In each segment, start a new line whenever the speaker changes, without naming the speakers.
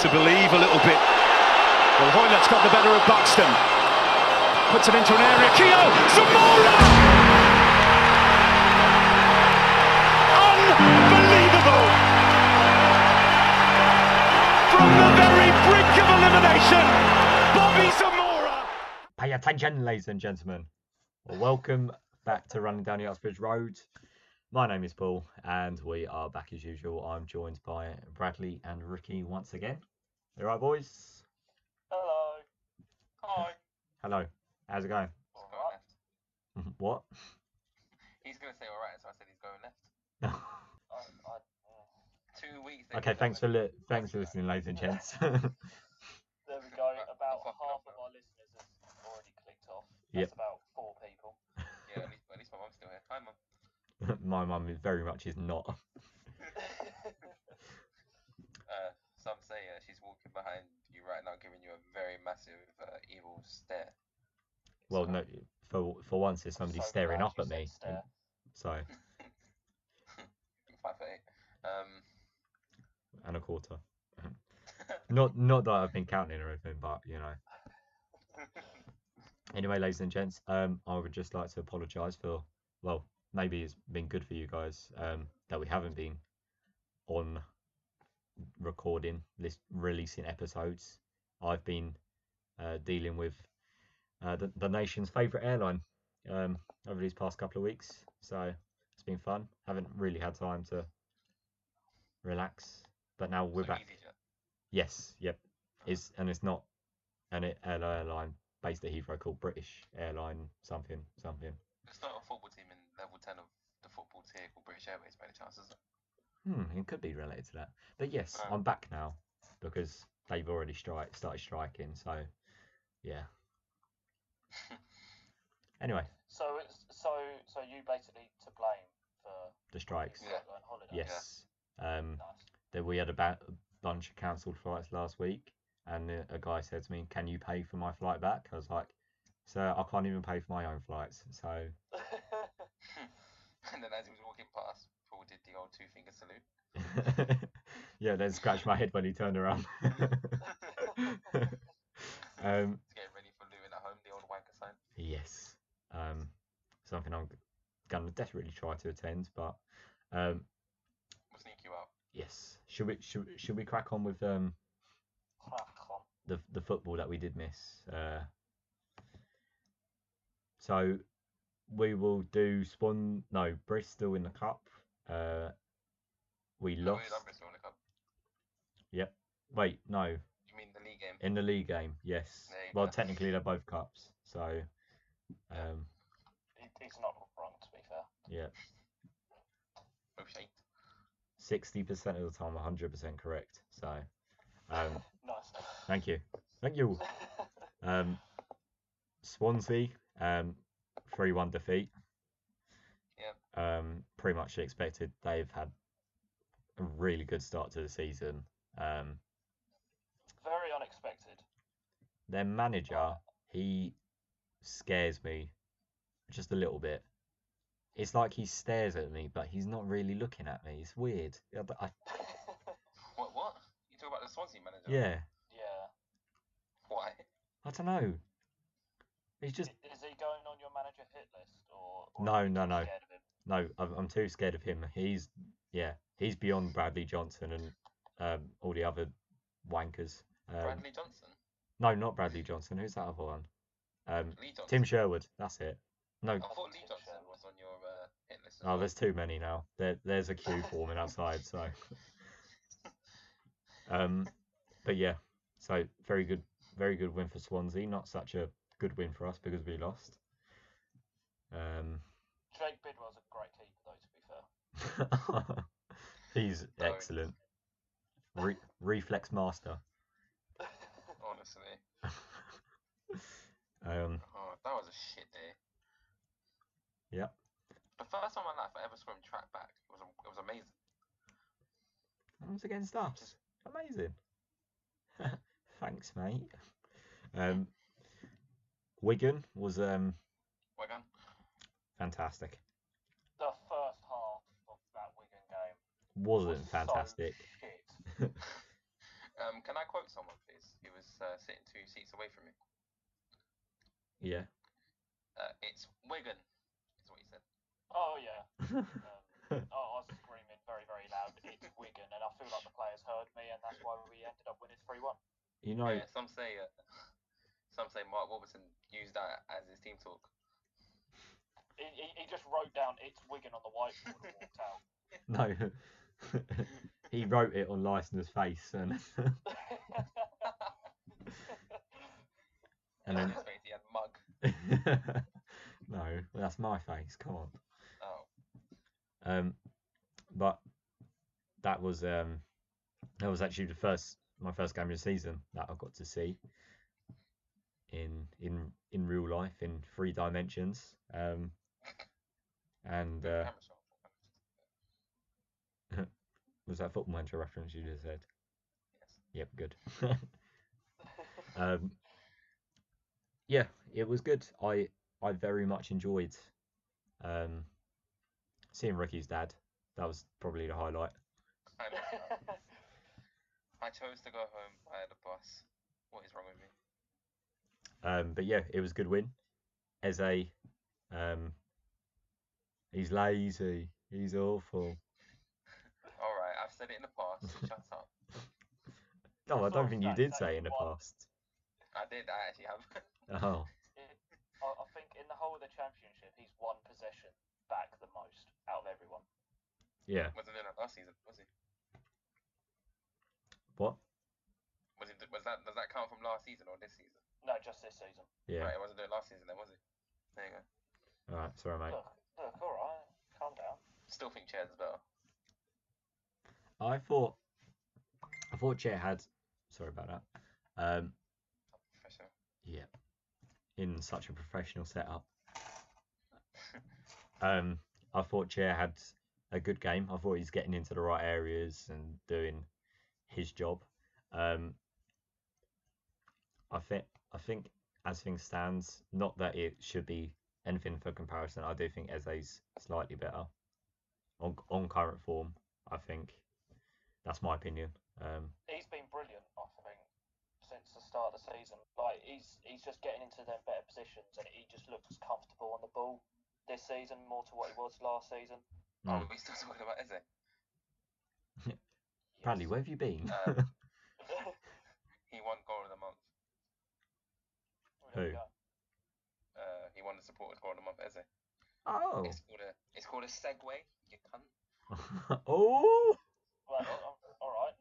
to believe a little bit. Well, Hoylett's got the better of Buxton. Puts him into an area. Keogh! Zamora! Unbelievable! From the very brink of elimination, Bobby Zamora!
Pay attention, ladies and gentlemen. Well, welcome back to Running Down the Uxbridge Road. My name is Paul, and we are back as usual. I'm joined by Bradley and Ricky once again. You alright, boys?
Hello. Hi.
Hello. How's it going?
He's going left.
What?
He's going to say all right, so I said he's going left. I, I, two weeks. they
okay,
did that
thanks for li-
with-
thanks for listening, ladies and gents.
There we go.
Right,
About
fuck
half
off.
of our listeners have already clicked off.
Yep.
That's about four people.
Yeah, at least, at least my mum's still here. Hi, mum.
My mum is very much is not.
Uh, some say uh, she's walking behind you right now, giving you a very massive uh, evil stare.
Well,
So,
no, for for once, there's somebody
So
staring
glad
up
you
at
said
me.
stare.
So,
Five foot eight. Um,
and a quarter. not not that I've been counting or anything, but you know. Anyway, ladies and gents, um, I would just like to apologise for well, maybe it's been good for you guys um, that we haven't been on recording, list, releasing episodes. I've been uh, dealing with uh, the, the nation's favourite airline um, over these past couple of weeks, so it's been fun. Haven't really had time to relax, but now we're
so
back.
EasyJet.
Yes, yep. It's and it's not an a- an airline based at Heathrow called British Airline something something.
It's not a football team in level 10 of the football tier called British Airways, by any chance, is it?
Hmm, it could be related to that. But yes,
Right.
I'm back now because they've already strike started striking. So yeah. Anyway,
So it's so so you basically to blame for
the strikes.
Yeah.
going holiday.
Yes. Um,
Nice.
that we had about a bunch of cancelled flights last week, and a- a guy said to me, "Can you pay for my flight back?" I was like, "Sir, I can't even pay for my own flights." So
and then as he was walking past, Paul did the old two finger salute.
yeah, then scratched my head when he turned around. um,
to get ready for Lewin at home, the old wanker sign.
yes, um, something I'm going to desperately try to attend, but um,
We'll sneak you out.
yes, should we should, should we crack on with um,
Crack on.
the the football that we did miss? Uh, so we will do Swan no Bristol in the cup. Uh, we
No,
lost.
we're done Bristol in the cup.
Wait, no,
You mean the league game?
In the league game, yes.
There you
Well,
go.
technically they're both cups, so um,
He, he's not wrong to be fair.
yeah,
Oh, shite.
sixty percent of the time, one hundred percent correct. So, um,
Nice.
thank you, thank you. Um, Swansea, um, three-one defeat.
Yep.
Um, pretty much expected. They've had a really good start to the season. Um,
Very unexpected.
their manager, he scares me just a little bit. It's like he stares at me, but he's not really looking at me. It's weird. I d- I-
What? What? You talk about the Swansea manager?
yeah,
yeah.
Why?
I don't know. He's just
I- Is he going on your manager hit list or? or
No,
are you
no,
too
no.
scared of him?
no. I'm, I'm too scared of him. He's yeah, he's beyond Bradley Johnson and um, all the other wankers. Um,
Bradley Johnson?
no, not Bradley Johnson. Who's that other one? Um,
Lee Johnson?
Tim Sherwood. That's it. No,
I thought Lee
Tim
Johnson
Sherwood.
was on your uh, hit list. as
oh,
well.
there's too many now. There, there's a queue forming outside. So. Um, but yeah, so very good, very good win for Swansea. Not such a good win for us because we lost. Um,
Jake Bidwell's a great keeper though. To be fair.
he's
Sorry.
excellent. Re- reflex master.
Honestly.
Um,
Oh, that was a shit day.
Yep.
The first time in my life I ever swam track back. It was, it was amazing.
that was against us. Amazing. Thanks, mate. Um, Wigan was um
Wigan.
fantastic.
The first half of that Wigan game
Wasn't
was so
fantastic.
shit.
Um, can I quote someone, please? Who was uh, sitting two seats away from me?
Yeah.
Uh, it's Wigan, is what he said.
Oh yeah. Um, oh, I was screaming very, very loud. It's Wigan, and I feel like the players heard me, and that's why we ended up winning three-one.
you know,
Yeah, some say uh, some say Mark Robertson used that as his team talk.
He, he, he just wrote down "It's Wigan" on the whiteboard and walked out.
no. he wrote it on Leisner's face, and and then
Let's face it, he had mug.
no, that's my face. Come on.
Oh,
Um, but that was um, that was actually the first my first game of the season that I got to see in in in real life in three dimensions. Um, and uh,
camera shot.
was that football manager reference you just said?
Yes.
Yep, good. um, yeah, it was good. I I very much enjoyed um, seeing Ricky's dad. That was probably the highlight.
I, messed up. I chose to go home via the bus. What is wrong with me?
Um, but yeah, it was a good win. Eze, um, he's lazy. He's awful.
All right, I've said it in the past. Shut up.
No, Oh, I
Sorry,
don't think you
Zach,
did
that
say
you
in the
won.
past.
I did. I actually have.
Oh,
I, I think in the whole of the championship, he's won possession back the most out of everyone.
yeah.
Wasn't in it last season, was he?
What?
Was it? Was that? Does that count from last season or this season?
No, just this season.
Yeah.
Right, it wasn't doing last season then, was it? There you go.
All right. Sorry, mate.
Look, look, all right, calm down.
Still think chairs is better.
I thought, I thought Chet had. Sorry about that. Um,
Professional.
yeah. In such a professional setup. Um, I thought Chair had a good game. I thought he's getting into the right areas and doing his job. Um, I think I think as things stands, not that it should be anything for comparison. I do think Eze's slightly better on on current form. I think that's my opinion. Um,
He's been brilliant, I think, since the start of the season. Like he's he's just getting into them better positions, and he just looks comfortable on the ball this season more to what he was last season.
Oh,
Mm.
we still talking about Eze.
Bradley, where have you been?
Uh, he won goal of the month.
There we
Who?
go.
Uh, he won the supporters goal of the month. Eze.
oh,
It's called a. It's called a segue. You cunt.
oh,
Right, all right, all right.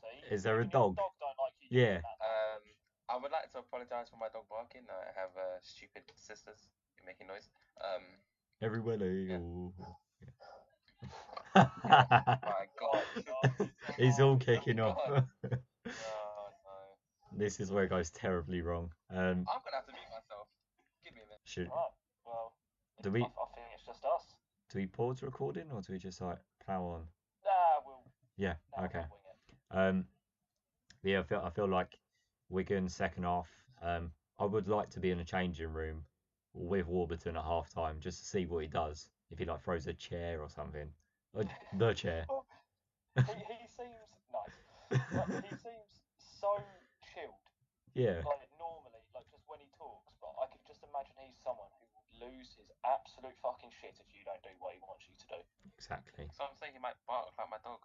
See,
Is there a
even your
dog?
dog don't like you
Yeah.
using that.
Um, I would like to apologise for my dog barking. I have uh, stupid sisters making noise. Um,
everywhere they
Yeah.
go.
my God.
He's all
kicked.
kicking off.
Oh no.
this is where it goes terribly wrong. Um,
I'm gonna have to mute myself. Give me a minute.
should
Right. Oh, Well,
Do
I-
we-
I, think it's just us.
do we pause recording or do we just like plow on?
Nah, we'll.
Yeah.
Nah,
Okay.
We'll wing it.
Um, yeah, I feel I feel like Wigan second half. Um, I would like to be in a changing room with Warburton at half time just to see what he does. If he like throws a chair or something, or the chair.
He, he seems nice. Like, he seems so chilled.
yeah,
Like normally, like just when he talks, but I can just imagine he's someone who would lose his absolute fucking shit if you don't do what he wants you to do.
exactly.
So I'm saying he might bark like my dog.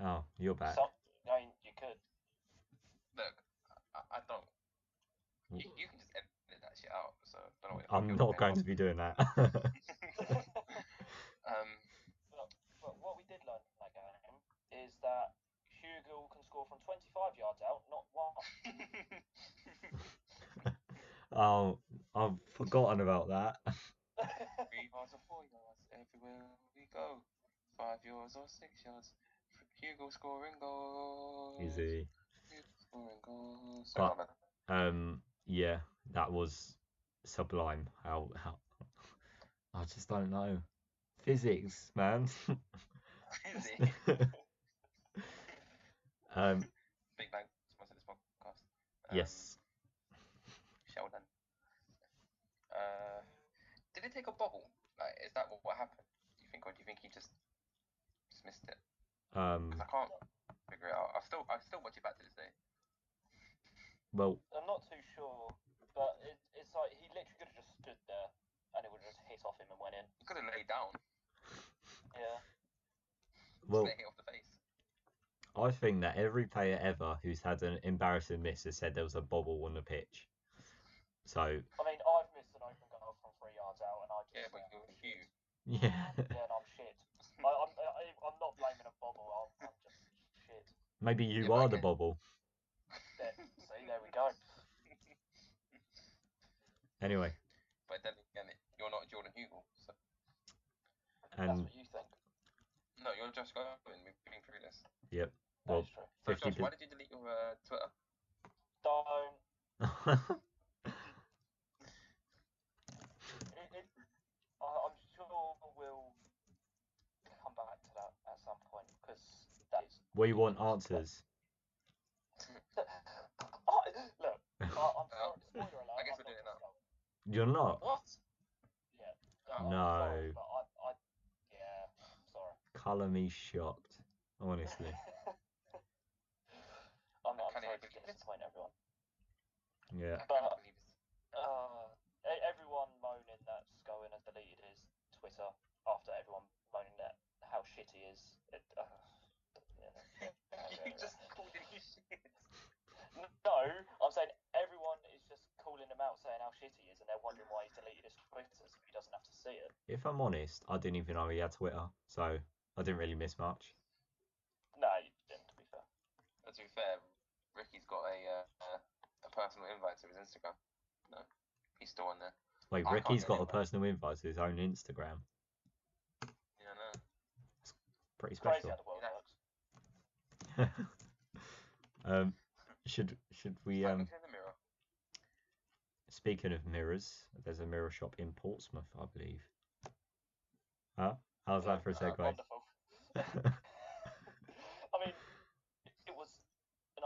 Oh, you're back.
Some, I mean, you could.
Look, I, I don't. You,
W-
you can just edit that shit out. So don't know what
I'm not going to be doing that.
Um,
But what we did learn from that game is that Hugo can score from 25 yards out, not one.
Oh, I've forgotten about that.
three yards or four yards everywhere we go. Five yards or six yards. Hugo scoring goals.
Easy.
Hugo scoring goals.
Right.
Sorry, my bad.
Um, yeah, that was sublime. How, how I just don't know. Physics, man.
Easy.
um,
Big Bang sponsor this podcast. Um,
yes.
Sheldon. Uh, did it take a bobble? Like, is that what, what happened? Do you think, or do you think he just just missed it?
Um,
'Cause I can't figure figure it out. I still I still watch it back to this day.
Well,
I'm not too sure, but it, it's like he literally could have just stood there and it would have just hit off him and went in.
He could have laid down,
Yeah.
well,
just let it hit off the face.
I think that every player ever who's had an embarrassing miss has said there was a bobble on the pitch. So
I mean, I've missed an open goal from three yards out and I just.
Yeah, but
think
you're
I'm shit.
huge.
yeah,
Yeah, and I'm shit. I, I'm, I, I'm not blaming a bobble, I'm, I'm just shit.
maybe you
Yeah,
are
but I
the
get-
bobble.
There, see, there we go.
Anyway,
But then again, you're not Jordan Hugo, so
That's
and
what you think.
no, you're Josh Gordon. We've been through this.
yep.
That
Well,
is true.
So
50
Josh, why did you delete your uh, Twitter?
Don't. It, it, I, I'm sure we'll come back to that at some point because that is.
we want answers.
Oh, look, I, I'm sorry, spoiler alert.
I guess
I'm
we're doing
not
that.
gonna
You're not.
What?
tell you.
No.
I'm Oh, sorry, but I, I, yeah, I'm sorry.
Colour me shocked, honestly.
I'm, I'm
Can you
sorry to
believe it?
disappoint everyone.
Yeah.
I can't believe it.
Uh, e- everyone moaning that Scowen has deleted his Twitter after everyone moaning that how shit he is. It, uh, yeah.
You just called it shit.
No, I'm saying everyone is just calling him out, saying how shit he is, and they're wondering why he's deleted his Twitter so he doesn't have to see it.
If I'm honest, I didn't even know he had Twitter, so I didn't really miss much.
No, you didn't, to be fair.
Uh, To be fair, Ricky's got a uh, a personal invite to his Instagram. No, he's still on there.
Wait,
I can't
Ricky's got a
go anywhere.
personal invite to his own Instagram.
Yeah, no.
Pretty
It's crazy
special.
how the world
Yeah.
works.
um, should should we
Like,
um
look in the mirror.
speaking of mirrors, there's a mirror shop in Portsmouth, I believe. Huh? How's that for a
Uh,
segue?
wonderful. I mean, it- it was an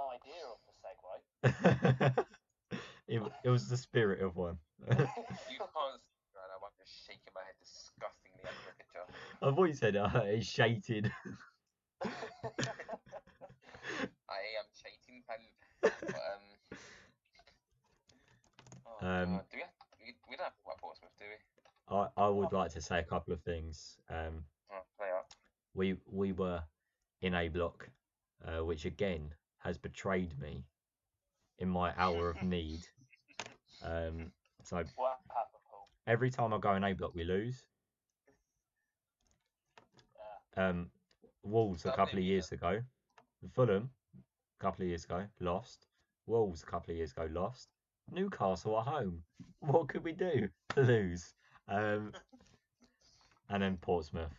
idea of the segue.
it, w- it was the spirit of one.
You can't see right now. I'm just shaking my head disgustingly at the picture.
I've always said uh, it's shated.
I am shaking pen. But, um. Oh,
Um,
God. do we, have, we, we don't have to go at Portsmouth, do we?
I, I would like to say a couple of things. Um,
Oh, they are.
we we were in a block, uh, which again has betrayed me in my hour of need. Um, so
what happened, Paul?
every time I go in a block, we lose.
Uh,
Um, Wolves a
That
couple of
maybe,
years ago, Fulham a couple of years ago lost. Wolves a couple of years ago lost. Newcastle at home. What could we do to lose? Um, and then Portsmouth.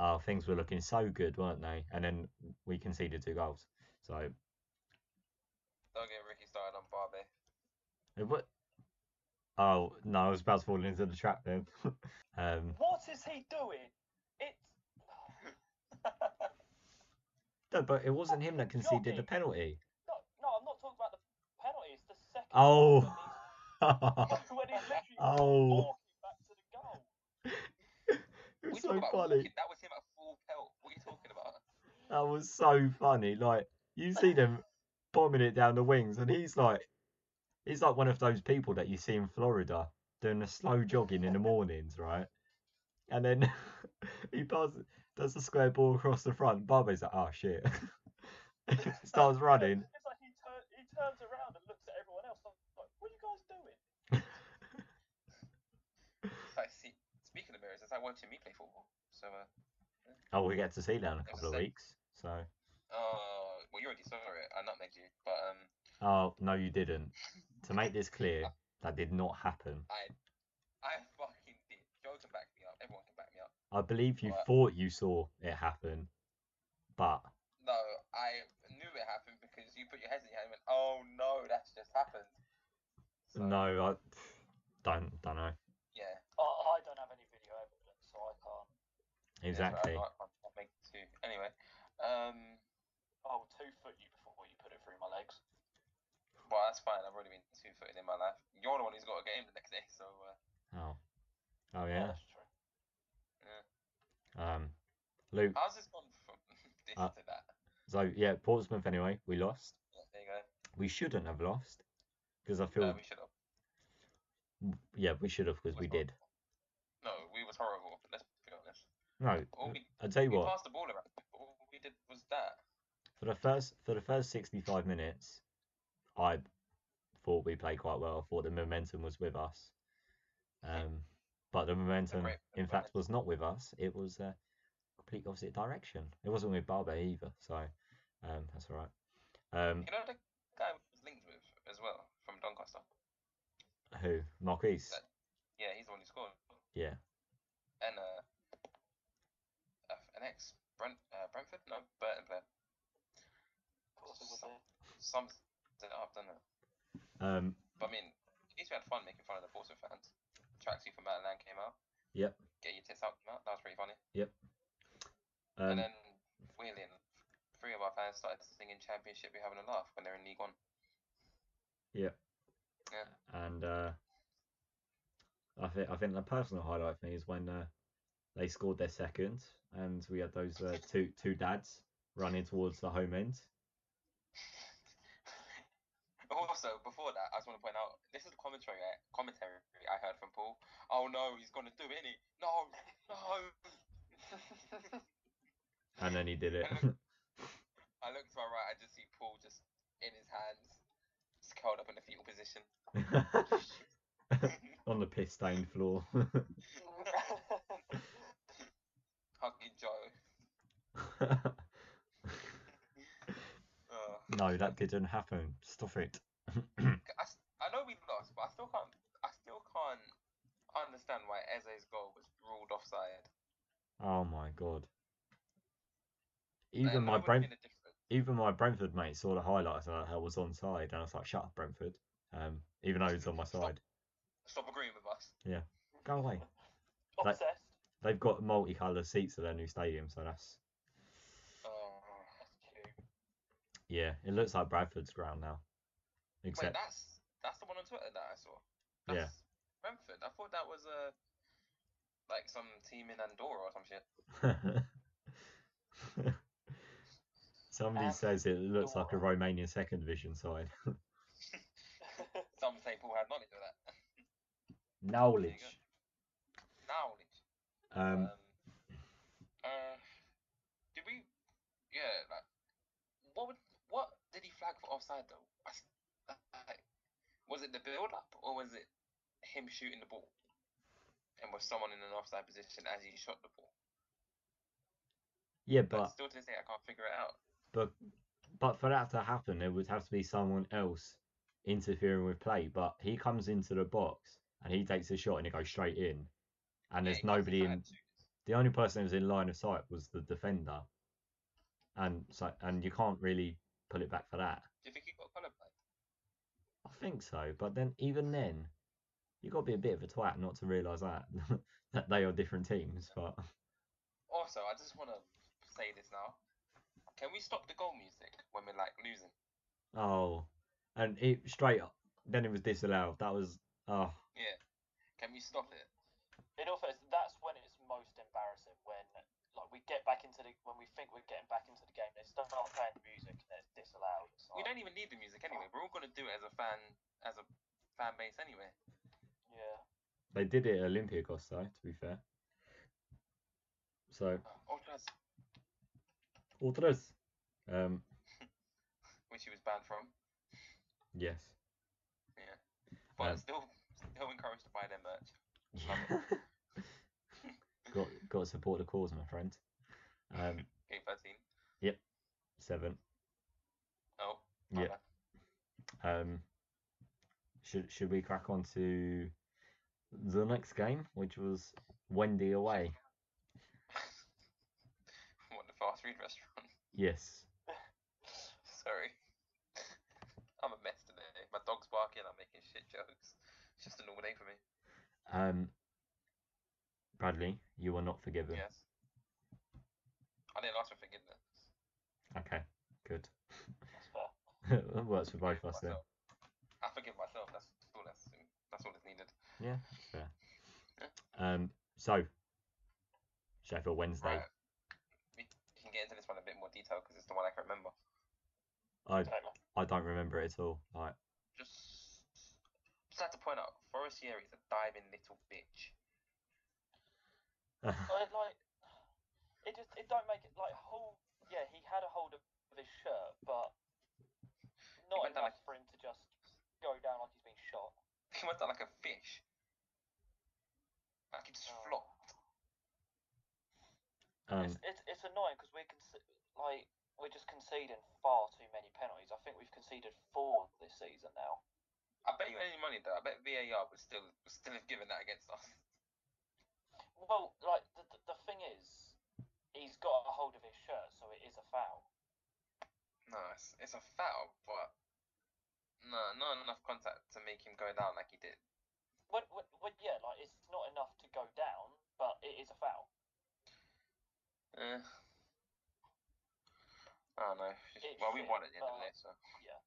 Oh, things were looking so good, weren't they? And then we conceded two goals. So
Don't get Ricky started on Barbie.
it wa- Oh no, I was about to fall into the trap then. um,
what is he doing? It's.
no, but it wasn't him that conceded the
Jogging.
penalty.
no, no, I'm not talking about the penalty. It's the second.
Oh.
one
oh,
when he's, when he's
it
literally walking back to the goal.
was
talk
Oh, so
about
funny.
walking, That was him at full pelt. What are you talking about?
That was so funny. Like you see them bombing it down the wings, and he's like, he's like one of those people that you see in Florida doing a slow jogging in the mornings, right? And then he passes, does the square ball across the front. Barbe's like, oh shit, starts running.
It's like he, tur- he turns around and looks at everyone else. I'm like, what are you guys doing?
I see. Speaking of mirrors, it's like watching me play football. So, uh,
Oh, we get to see that in a couple of
Sick.
weeks. So,
oh, well, you already saw it. I nutmegged you, but um,
oh no, you didn't. To make this clear, that did not happen.
I, I fucking did. Joe can back me up. Everyone can back me up.
I believe you
What?
thought you saw it happen, but
No, I knew it happened because you put your head in your hand and went, "Oh no, that's just happened." So,
no, I don't don't know.
Yeah.
I, I don't have any video evidence, so I can't.
Exactly.
Yeah, so I, I, I make two. Anyway, um,
I will two foot you before you put it through my legs.
well, that's fine. I've already been two footed in my life. You're the one who's got a game the next day, so uh,
Oh. Oh yeah.
that's true.
Um Luke
how's this gone from this
Uh,
to that?
So yeah, Portsmouth anyway, we lost.
There you go.
We shouldn't have lost because I feel
No, we should have.
yeah we should have because
What's
we
wrong?
did.
No, we was horrible. Let's be honest.
No,
All we,
I tell you
we
what.
passed the ball around. but All we did was that.
For the first for the first sixty five minutes, I thought we played quite well. I thought the momentum was with us, um, but the momentum,
great
in
momentum.
fact, was not with us. It was a complete opposite direction. It wasn't with Barber either, so um, that's all right. Um,
You know the guy we was linked with as well from Doncaster.
who Marquise?
That- Yeah, he's the one who scored.
Yeah,
And uh, a- an ex Brent uh, Brentford, no Burton player.
Of course it would be.
Sums it up, doesn't it?
um,
But I mean, at least we had fun making fun of the Portsmouth fans. Tracksuit for Matt Lang came out.
Yep.
Get your tits out, Matt. That was pretty funny.
um,
and then wheeling, three of our fans started singing Championship, you're having a laugh when they're in League One.
and uh, I think I think the personal highlight for me is when uh, they scored their second, and we had those uh, two two dads running towards the home end.
Also, before that, I just want to point out this is the commentary I, commentary I heard from Paul. Oh no, he's gonna do it, isn't he? No, no.
and then he did it.
I look to my right, I just see Paul just in his hands, just curled up in a fetal position.
On the piss stained floor.
Hugging Joe. Ugh.
no, that didn't happen. Stop it.
I, s- I know we lost, but I still can't. I still can't understand why Eze's goal was ruled offside.
Oh my god.
Like,
Even my
that would've
Brent
been a different-
even my Brentford mate saw the highlights and I was on side and I was like, Shut up Brentford. Um, even though he's on my side.
Stop agreeing with us.
Go away.
Obsessed.
They've got multicoloured seats at their new stadium, so that's
Oh,
That's cute.
yeah, it looks like Bradford's ground now.
wait,
Except
that's that's the one on Twitter that I saw.
Yeah.
That's Brentford. I thought that was uh, like some team in Andorra or some shit.
Somebody
Um,
says it looks like a
Dora.
Romanian second division side.
Some say Paul had knowledge of that.
Knowledge.
Knowledge.
Um,
Um, uh, did we? Yeah, like, what would, what did he flag for offside though? I s- like, was it the build up or was it him shooting the ball? And was someone in an offside position as he shot the ball?
yeah,
But
but
still to this day, I can't figure it out.
but but for that to happen, there would have to be someone else interfering with play. But he comes into the box and he takes a shot and it goes straight in, and
Yeah,
there's
he was
nobody in.
offside too.
The only person who was in line of sight was the defender, and so and you can't really pull it back for that.
Do you think he got colourblind?
I think so, but then even then, you got to be a bit of a twat not to realise that that they are different teams. But
Also, I just want to say this now. Can we stop the goal music when we're like losing?
oh, and it straight up, then it was disallowed. That was oh
Yeah. Can we stop it?
In all fairness, that's when it's most embarrassing when like we get back into the when we think we're getting back into the game, they start playing the music and it's disallowed. It's
We
like,
don't even need the music anyway. We're all gonna do it as a fan, as a fan base anyway.
Yeah.
they did it at Olympiacos though. To be fair, so
Or just
Ultras, um,
which he was banned from.
yes,
Yeah, but
Um,
still, still encouraged to buy their merch.
got got to support the cause, my friend. Um,
Game 13.
seven.
Oh. my
Yeah.
bad.
Um, should should we crack on to the next game, which was Wendy away?
What the fast food restaurant?
Yes.
Sorry. I'm a mess today. My dog's barking. I'm making shit jokes. It's just a normal day for me.
Um, Bradley, you are not forgiven.
Yes. I didn't ask for forgiveness.
Okay, good.
That's fair.
it works for both of
Forgive
us then.
myself. I forgive myself. That's all that's that's all that's needed.
Yeah, that's fair. Um, so Sheffield Wednesday.
Right. We can get into this one in a bit more detail. detail because it's the one I can remember.
I
Exactly.
I don't remember it at all. Like
Just, just had to point out, Forestieri is a diving little bitch.
um,
Like, like it just it don't make it like hold. Yeah, he had a hold of his shirt, but not
went down
enough for him to just go down like he's been shot.
He went down like a fish. Like he just
Oh.
flopped.
um,
It's, it's, it's annoying because we're conce- like we're just conceding far too many penalties. I think we've conceded four this season now.
I bet you any money though. I bet VAR would still would still have given that against us.
Well, like the the, the thing is, he's got a hold of his shirt, so it is a foul.
No, it's, it's a foul, but no, not enough contact to make him go down like he did.
Well, well, well, yeah, like it's not enough to go down, but it is a foul.
Eh. I don't know.
It's
well, we
shit,
won at the end of the
but-
day, so
yeah.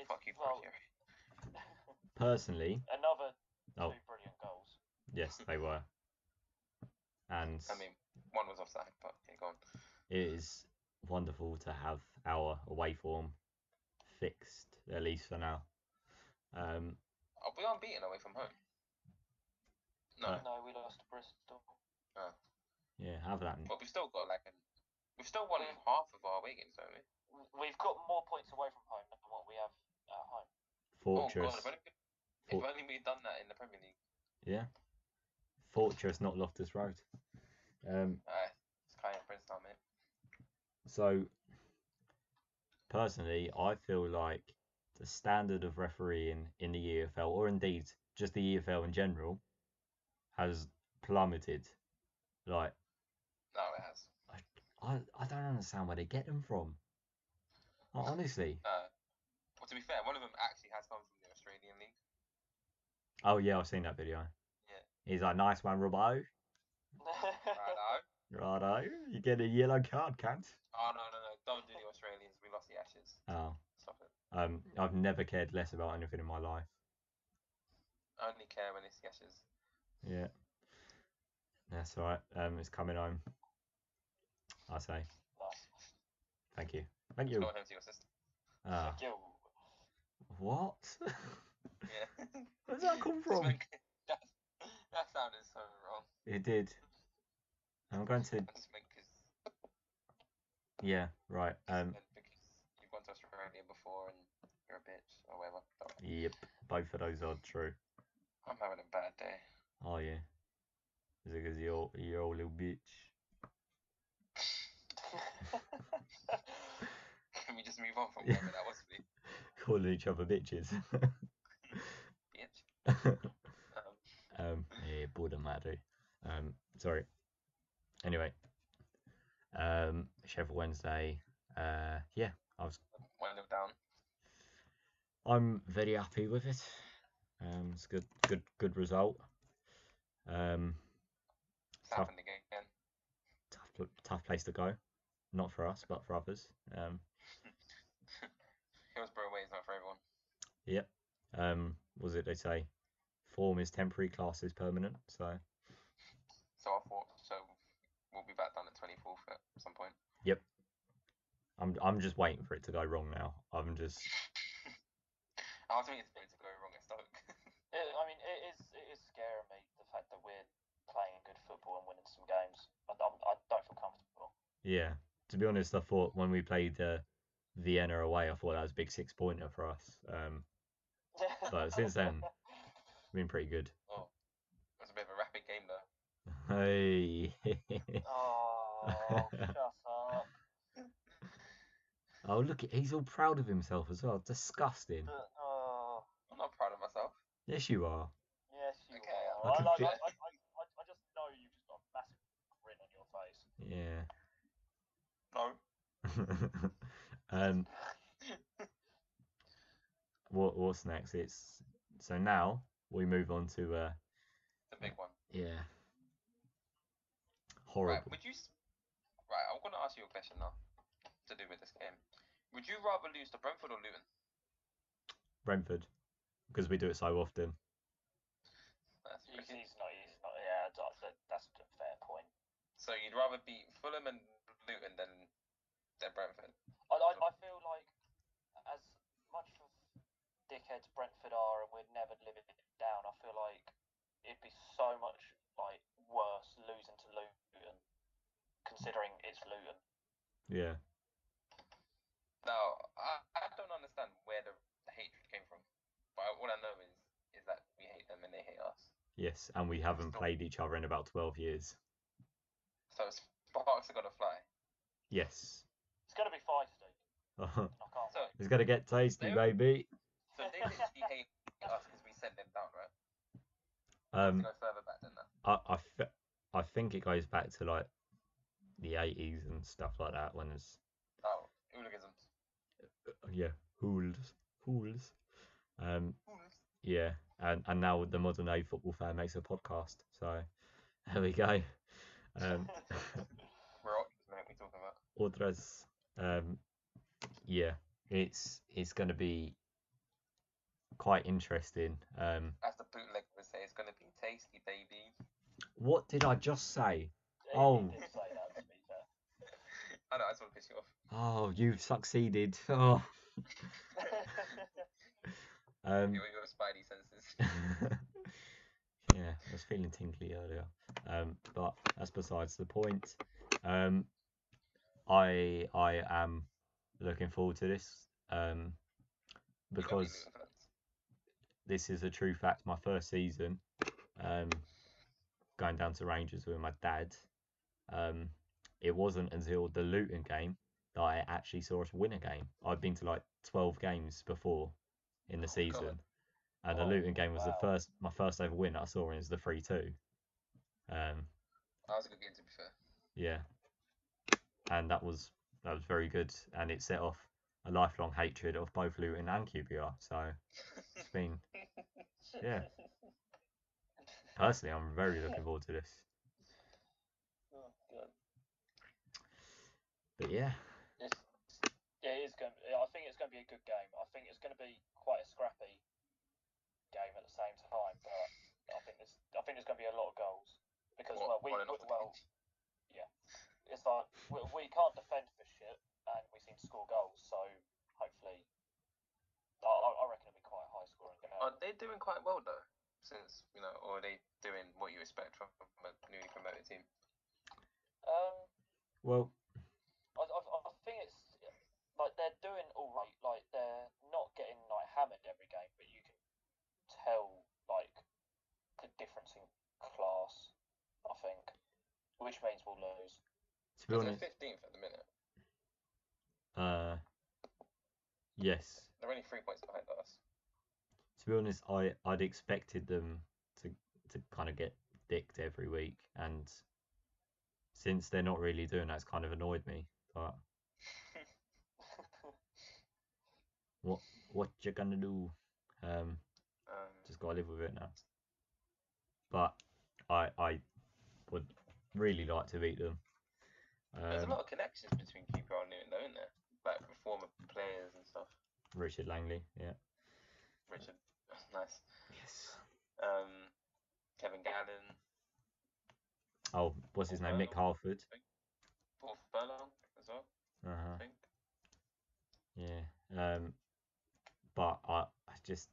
It's-
fuck you,
well-
Forestieri.
personally,
Another
oh
two brilliant goals.
yes, they were. And
I mean, one was offside, but yeah, go on.
it is wonderful to have our away form fixed at least for now. Um,
Are Oh, we unbeaten away from home? No,
Uh,
No, we lost to Bristol.
yeah, have that.
but we've still got like an, we've still won half of our away games, haven't we?
W- We've got more points away from home than what we have at home.
Oh
Fortress,
god, if only, we- if
Fort-
only we'd done that in the Premier League.
yeah, Fortress, not Loftus Road. Um,
Uh, it's kind of Prince now, mate.
So, personally, I feel like the standard of refereeing in the EFL, or indeed just the EFL in general, has plummeted. Like,
No, it has.
I, I don't understand where they get them from. Like, honestly.
Uh, well, to be fair, one of them actually has come from the Australian League.
Oh, yeah, I've seen that video. He's like, nice one, Robbo.
Right, no.
Righto, you get a yellow card, cunt.
Oh, no, no, no. Don't do the Australians. We lost the Ashes.
Oh,
Stop it.
um, I've never cared less about anything in my life.
I only care when it's the Ashes.
Yeah. That's all right. Um, it's coming home. I say.
Nice.
Thank you. Thank you.
Just Go home to your sister.
Ah,
Yo.
what?
Yeah.
Where's that come from?
that, that sounded so wrong.
It did. I'm going to.
I just meant because,
Yeah, right. Um.
because you've gone to Australia before and you're a bitch or whatever. Don't worry.
Yep. Both of those are true.
I'm having a bad day.
Oh yeah. Is it because you're you're all little bitch?
Can we just move on from
Yeah.
whatever that was, please?
Calling each other bitches.
Bitch. Um,
um. Yeah. Boredom matter. Um. Sorry. Anyway. Um. Sheffield Wednesday. Uh. Yeah. I was.
one nil down.
I'm very happy with it. Um. It's good. Good. Good result. Um.
It's
Tough.
happened again.
tough pl- tough place to go, not for us but for others. Um,
Hillsborough away is not for everyone.
yep. Um, what was it they say? Form is temporary, class is permanent. So
So I thought, so we'll be back down at 24th at some point.
I'm I'm just waiting for it to go wrong now. I'm just
I was really expecting to go wrong at Stoke.
It, I mean, it is it is scaring me the fact that we're playing good football and winning some games. I don't, I don't feel comfortable.
yeah. To be honest, I thought when we played uh, Vienna away, I thought that was a big six pointer for us. Um, But since then- been pretty good.
oh, it was a bit of a rapid game though.
Hey.
Oh, shut up.
oh look, he's all proud of himself as well. Disgusting.
But, oh,
I'm not proud of myself.
Yes, you are.
yes, you
Okay,
are.
I
I,
can
like,
feel-
I, I, I, I I just know you've just got a massive grin on your face.
Yeah.
No.
um, what what's next? It's so now we move on to uh
The big one.
yeah
Right,
horrible.
would you. s- Right, I'm going to ask you a question now to do with this game. Would you rather lose to Brentford or Luton?
Brentford because we do it so often.
That's
He's,
tricky.
he's not. He's not. Yeah, that's a, that's a fair point.
So you'd rather beat Fulham and Luton than than Brentford.
I, I, I feel like as much of dickheads Brentford are, and we're never living it down. I feel like it'd be so much like worse losing to Luton, considering it's Luton.
Yeah.
Now, I, I don't understand where the, the hatred came from, but all I know is is that we hate them and they hate us.
Yes, and we haven't
Stop.
played each other in about 12 years.
So sparks are gonna fly.
Yes.
It's going to be feisty. I can't.
So
it's going to get tasty,
There-
baby.
so they literally hate us because we sent them down, right?
Um,
Let's go further back than that.
I, I, fe- I think it goes back to like the 80s and stuff like that when it's oh,
Oh, hooliganisms.
yeah hools hools um
Hools.
yeah and and now the modern day football fan makes a podcast so there we go um
We're all what we talking about.
Otras, um, yeah, it's it's going to be quite interesting. Um,
As the bootleg would say, it's gonna be tasty, baby.
what did I just say?
He- he
Oh.
did say that, to be fair.
I know, I just want to piss you off.
Oh, you've succeeded. Oh, um,
your, your spidey senses.
yeah, I was feeling tingly earlier. Um, but that's besides the point. Um, I I am looking forward to this. Um,
You gotta be
because
Luton fans.
this is a true fact. My first season, um, going down to Rangers with my dad, um, it wasn't until the Luton game that I actually saw us win a game. I'd been to like twelve games before in the
Oh, God.
season, and the
Oh,
Luton game was
wow.
the first my first ever win I saw, and it was the three two. Um,
That was a good game to be fair.
yeah, and that was that was very good, and it set off a lifelong hatred of both Luton and QPR. So it's been Yeah. Personally, I'm very looking forward to this.
Oh, God.
But yeah,
It's, yeah, it is going. To, I think it's going to be a good game. I think it's going to be quite a scrappy game at the same time. But I think there's, I think there's going to be a lot of goals because
What-
well, we,
what an
we
awful
well,
pitch.
it's like we, we can't defend for shit, and we seem to score goals. So hopefully, I, I I reckon it'll be quite a high scoring game.
Are they doing quite well though? Since you know, or are they doing what you expect from a newly promoted team?
Um,
well,
I, I, I think it's like they're doing all right. Like they're not getting like hammered every game, but you can tell like the difference in class. I think, which means we'll lose.
to be honest,
They're fifteenth at the minute.
uh, yes,
They're only three points behind us.
to be honest, I I'd expected them to to kind of get dicked every week, and since they're not really doing that, it's kind of annoyed me. But what what you gonna do? Um,
Um,
just gotta live with it now. But I I would really like to beat them.
there's a
Um,
lot of connections between QPR and Newton, though, isn't there? Like with former players and stuff.
Richard Langley, yeah.
Richard, nice.
Yes.
Um, Kevin Gallen,
Oh, what's his name?
Uh-huh.
Mick Harford.
Paul Furlong as well.
Uh huh.
I think.
Yeah. Um, but I, I just,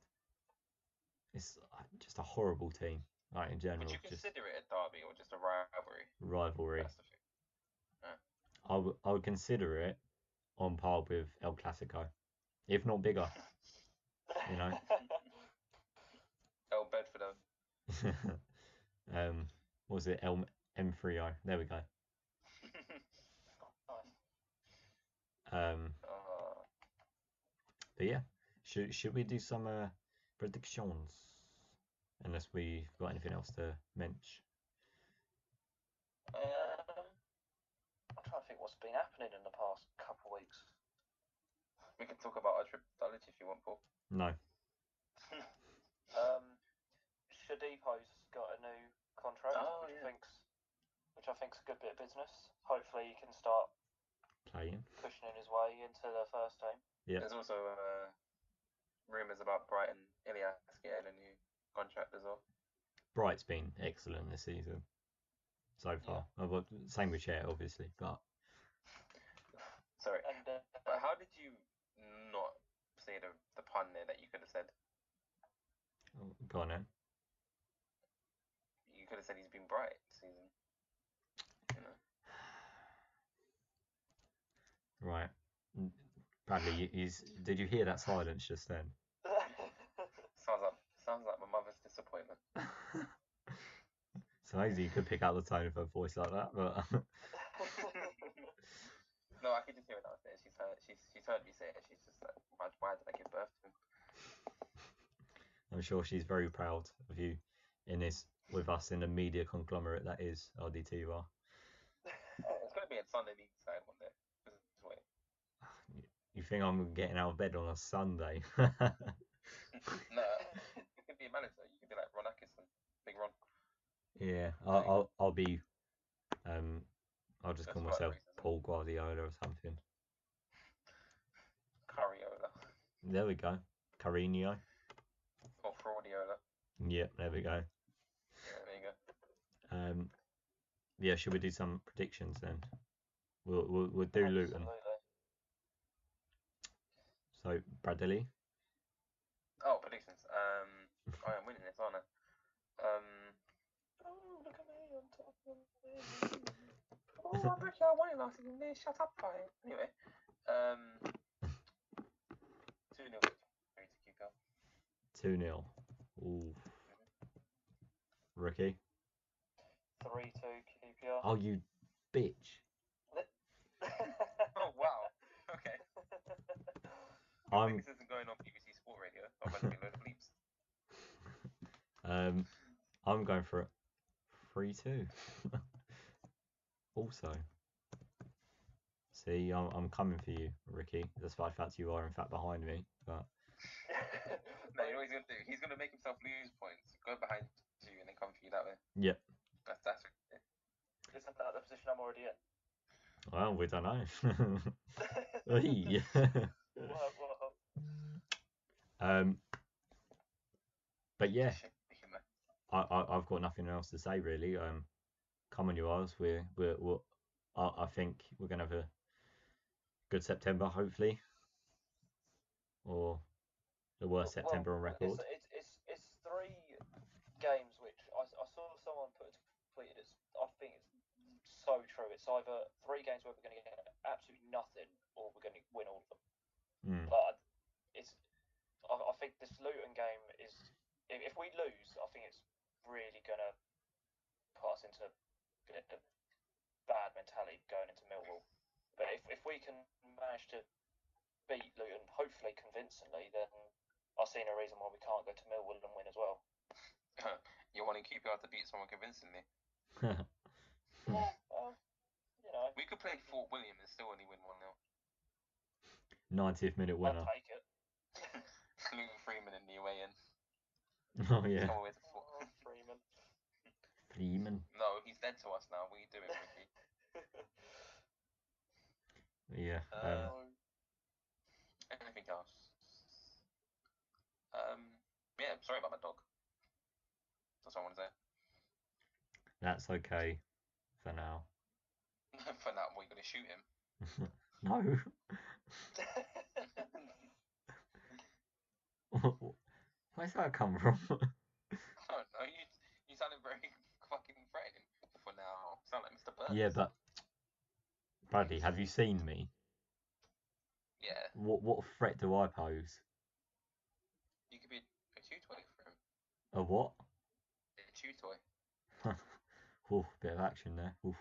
it's uh, just a horrible team, like in general,
Would you
just
consider it a derby or just a rivalry?
rivalry.
That's the thing.
I would, I would consider it on par with El Clasico, if not bigger. You know.
Oh, Bedford. uh,
um, what was it El M3O? There we go. Um,
uh,
but yeah, should should we do some uh, predictions? Unless we've got anything else to mention.
Um, I'm trying to think what's been happening in the past couple of weeks.
we can talk about our trip to Dulwich if you want, Paul.
No.
Um, Shadipo's got a new contract,
Oh,
which
yeah.
I think's which I think's a good bit of business. Hopefully, he can start
Playing.
cushioning his way into the first team.
Yeah.
There's also uh, rumours about Brighton Ilias getting a new contract as well.
Bright's been excellent this season so far. Uh, well, same with Chair, obviously, but
Sorry, not see the, the pun there that you could have said.
Oh, Go on, then.
You could have said he's been bright this season. You know.
Right. Mm, Bradley, you- he's, did you hear that silence just then?
Sounds like sounds like my mother's disappointment.
It's amazing you could pick out the tone of her voice like that, but
no, I could just hear it out there. She's heard she's she's heard me say it. She's just like, why, why did I give birth to him?
I'm sure she's very proud of you in this with us in the media conglomerate that is LDTR.
Uh, It's gonna be a Sunday league side one day. Just wait.
You think I'm getting out of bed on a Sunday?
No, you could be a manager. You could be like Ron Atkinson, Big Ron.
yeah, I'll,
Like-
I'll I'll be um I'll just call
That's right,
myself
racism.
Paul Guardiola or something.
Carriola
There we go. Carino.
or Fraudiola.
Yep, there we go.
Yeah, there you go.
Um, yeah, should we do some predictions then? We'll we'll, we'll do Luton.
Absolutely.
So Bradley,
Oh, predictions. Um, oh, I'm winning this, aren't I? Um,
Oh, look at me on top of
oh, I bet you I won it last season. They shut up, guy. Anyway, um, two 0 victory to QPR.
two 0 Ooh. Ricky.
Three two QPR.
Oh, you bitch.
Oh wow. Okay. I
I'm
think this isn't going on BBC Sport Radio. I'm going to be load of bleeps.
um, I'm going for it. Three two. also. See, I'm, I'm coming for you, Ricky. Despite the fact you are in fact behind me, but
No, you know what he's going to do? He's going to make himself lose points, go behind you, and then come for you that way.
Yep.
That's that's.
Isn't that the position I'm already in?
well, we don't know. Oi.
Well, well,
um, but yeah,
Humour.
I, I I've got nothing else to say really. Um, come on, you ours. We're we're, we're I, I think we're gonna have a good September, hopefully, or the worst
well,
September on record.
It's, it's, it's, it's three games which I, I saw someone put tweeted. It's I think it's so true. It's either three games where we're going to get absolutely nothing, or we're going to win all of them.
Mm,
But it's I, I think this Luton game is if, if we lose, I think it's really going to put us into a, a bad mentality going into Millwall. But if, if we can manage to beat Luton, hopefully convincingly, then I see no reason why we can't go to Millwall and win as well.
You want to keep you out to beat someone convincingly.
Hmm.
Yeah, well, Um, you know,
We could play Fort William and still only win one 0
90th minute winner.
I'll take it.
Luke Freeman in the away end.
Oh yeah,
Come away to Fort.
Oh, Freeman.
Freeman.
No, he's dead to us now. What are you doing, Ricky?
Yeah. Um,
Um, anything else? Um, yeah, I'm sorry about my dog. That's what I want to say.
that's okay for now.
For now, we're gonna shoot him.
No. Where's that come from?
I don't know. You you sounded very fucking threatening. For now, sound like Mr. Burns.
Yeah, but Bradley, have you seen me?
yeah,
What what threat do I pose?
you could be a chew toy for him.
A what?
A chew toy.
Oof, bit of action there. Oof.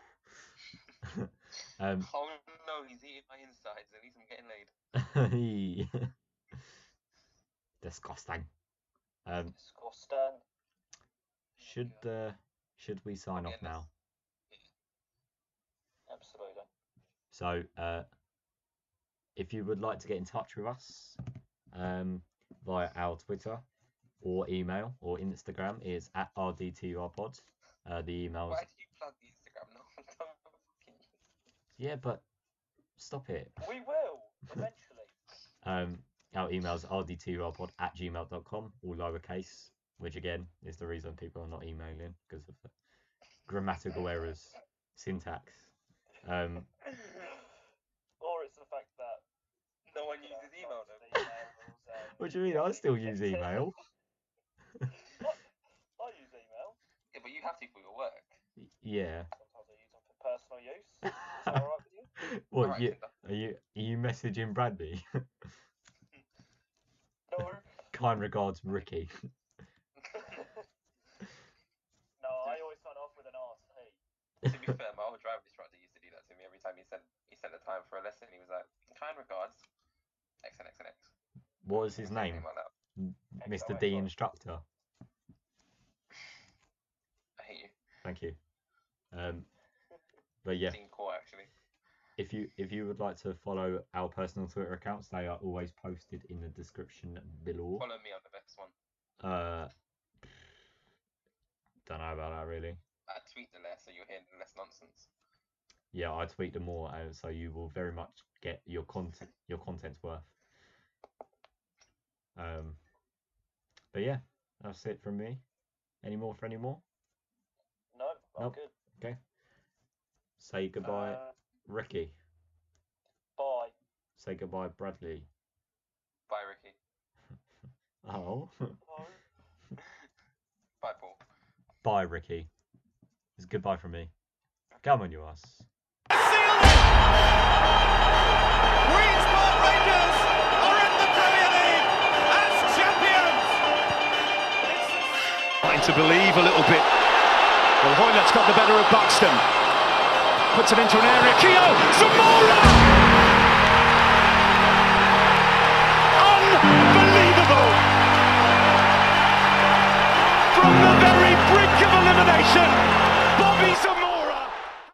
um,
Oh no, he's eating my insides and he's getting laid.
disgusting. Um,
Score Stern.
should uh, should we sign off
Yeah,
now?
Absolutely.
So, uh, if you would like to get in touch with us um, via our Twitter or email or Instagram, it's at rdturpod. Uh, the email is
Why do you plug the Instagram? No, don't fucking.
yeah, but stop it.
We will eventually.
Um, our email's rdturpod at gmail.com, all lowercase, which again is the reason people are not emailing because of the grammatical errors, syntax. Um,
or it's the fact that
No one uses email though.
uh,
What do you mean? I still use email.
I use email.
Yeah, but you have to for your work.
Yeah.
Sometimes I use them for personal use. Is that alright with you?
What
Alright,
you
Tinder.
are you are you messaging Bradley?
No.
kind regards, Ricky.
no, I always sign off with an RT.
to be fair, my old driver instructor used to do that to me every time he said he set the time for a lesson. He was like, "In kind regards, X and X and X."
What was his
Something
name?
Like that.
Mr.
XOXO.
D instructor.
I hate you.
Thank you. Um, but yeah,
Being cool, actually.
if you if you would like to follow our personal Twitter accounts, they are always posted in the description below.
Follow me on the best one.
Uh, don't know about that really.
I tweet the less, so you'll hear the less nonsense.
Yeah, I tweet them more, and so you will very much get your content your content's worth. Um, but yeah, that's it from me. Any more for any more?
No, I'm
Nope.
good.
Say goodbye,
Uh,
Ricky.
bye.
Say goodbye, Bradley.
Bye, Ricky.
Oh,
No.
Bye, Paul.
bye, Ricky. It's goodbye from me. Come on, you ass.
Queen's Park Rangers are in the Premier League as champions. Trying to believe a little bit. Well, Hoylett's got the better of Buxton. Puts it into an area. Keogh, Zamora! Unbelievable! From the very brink of elimination,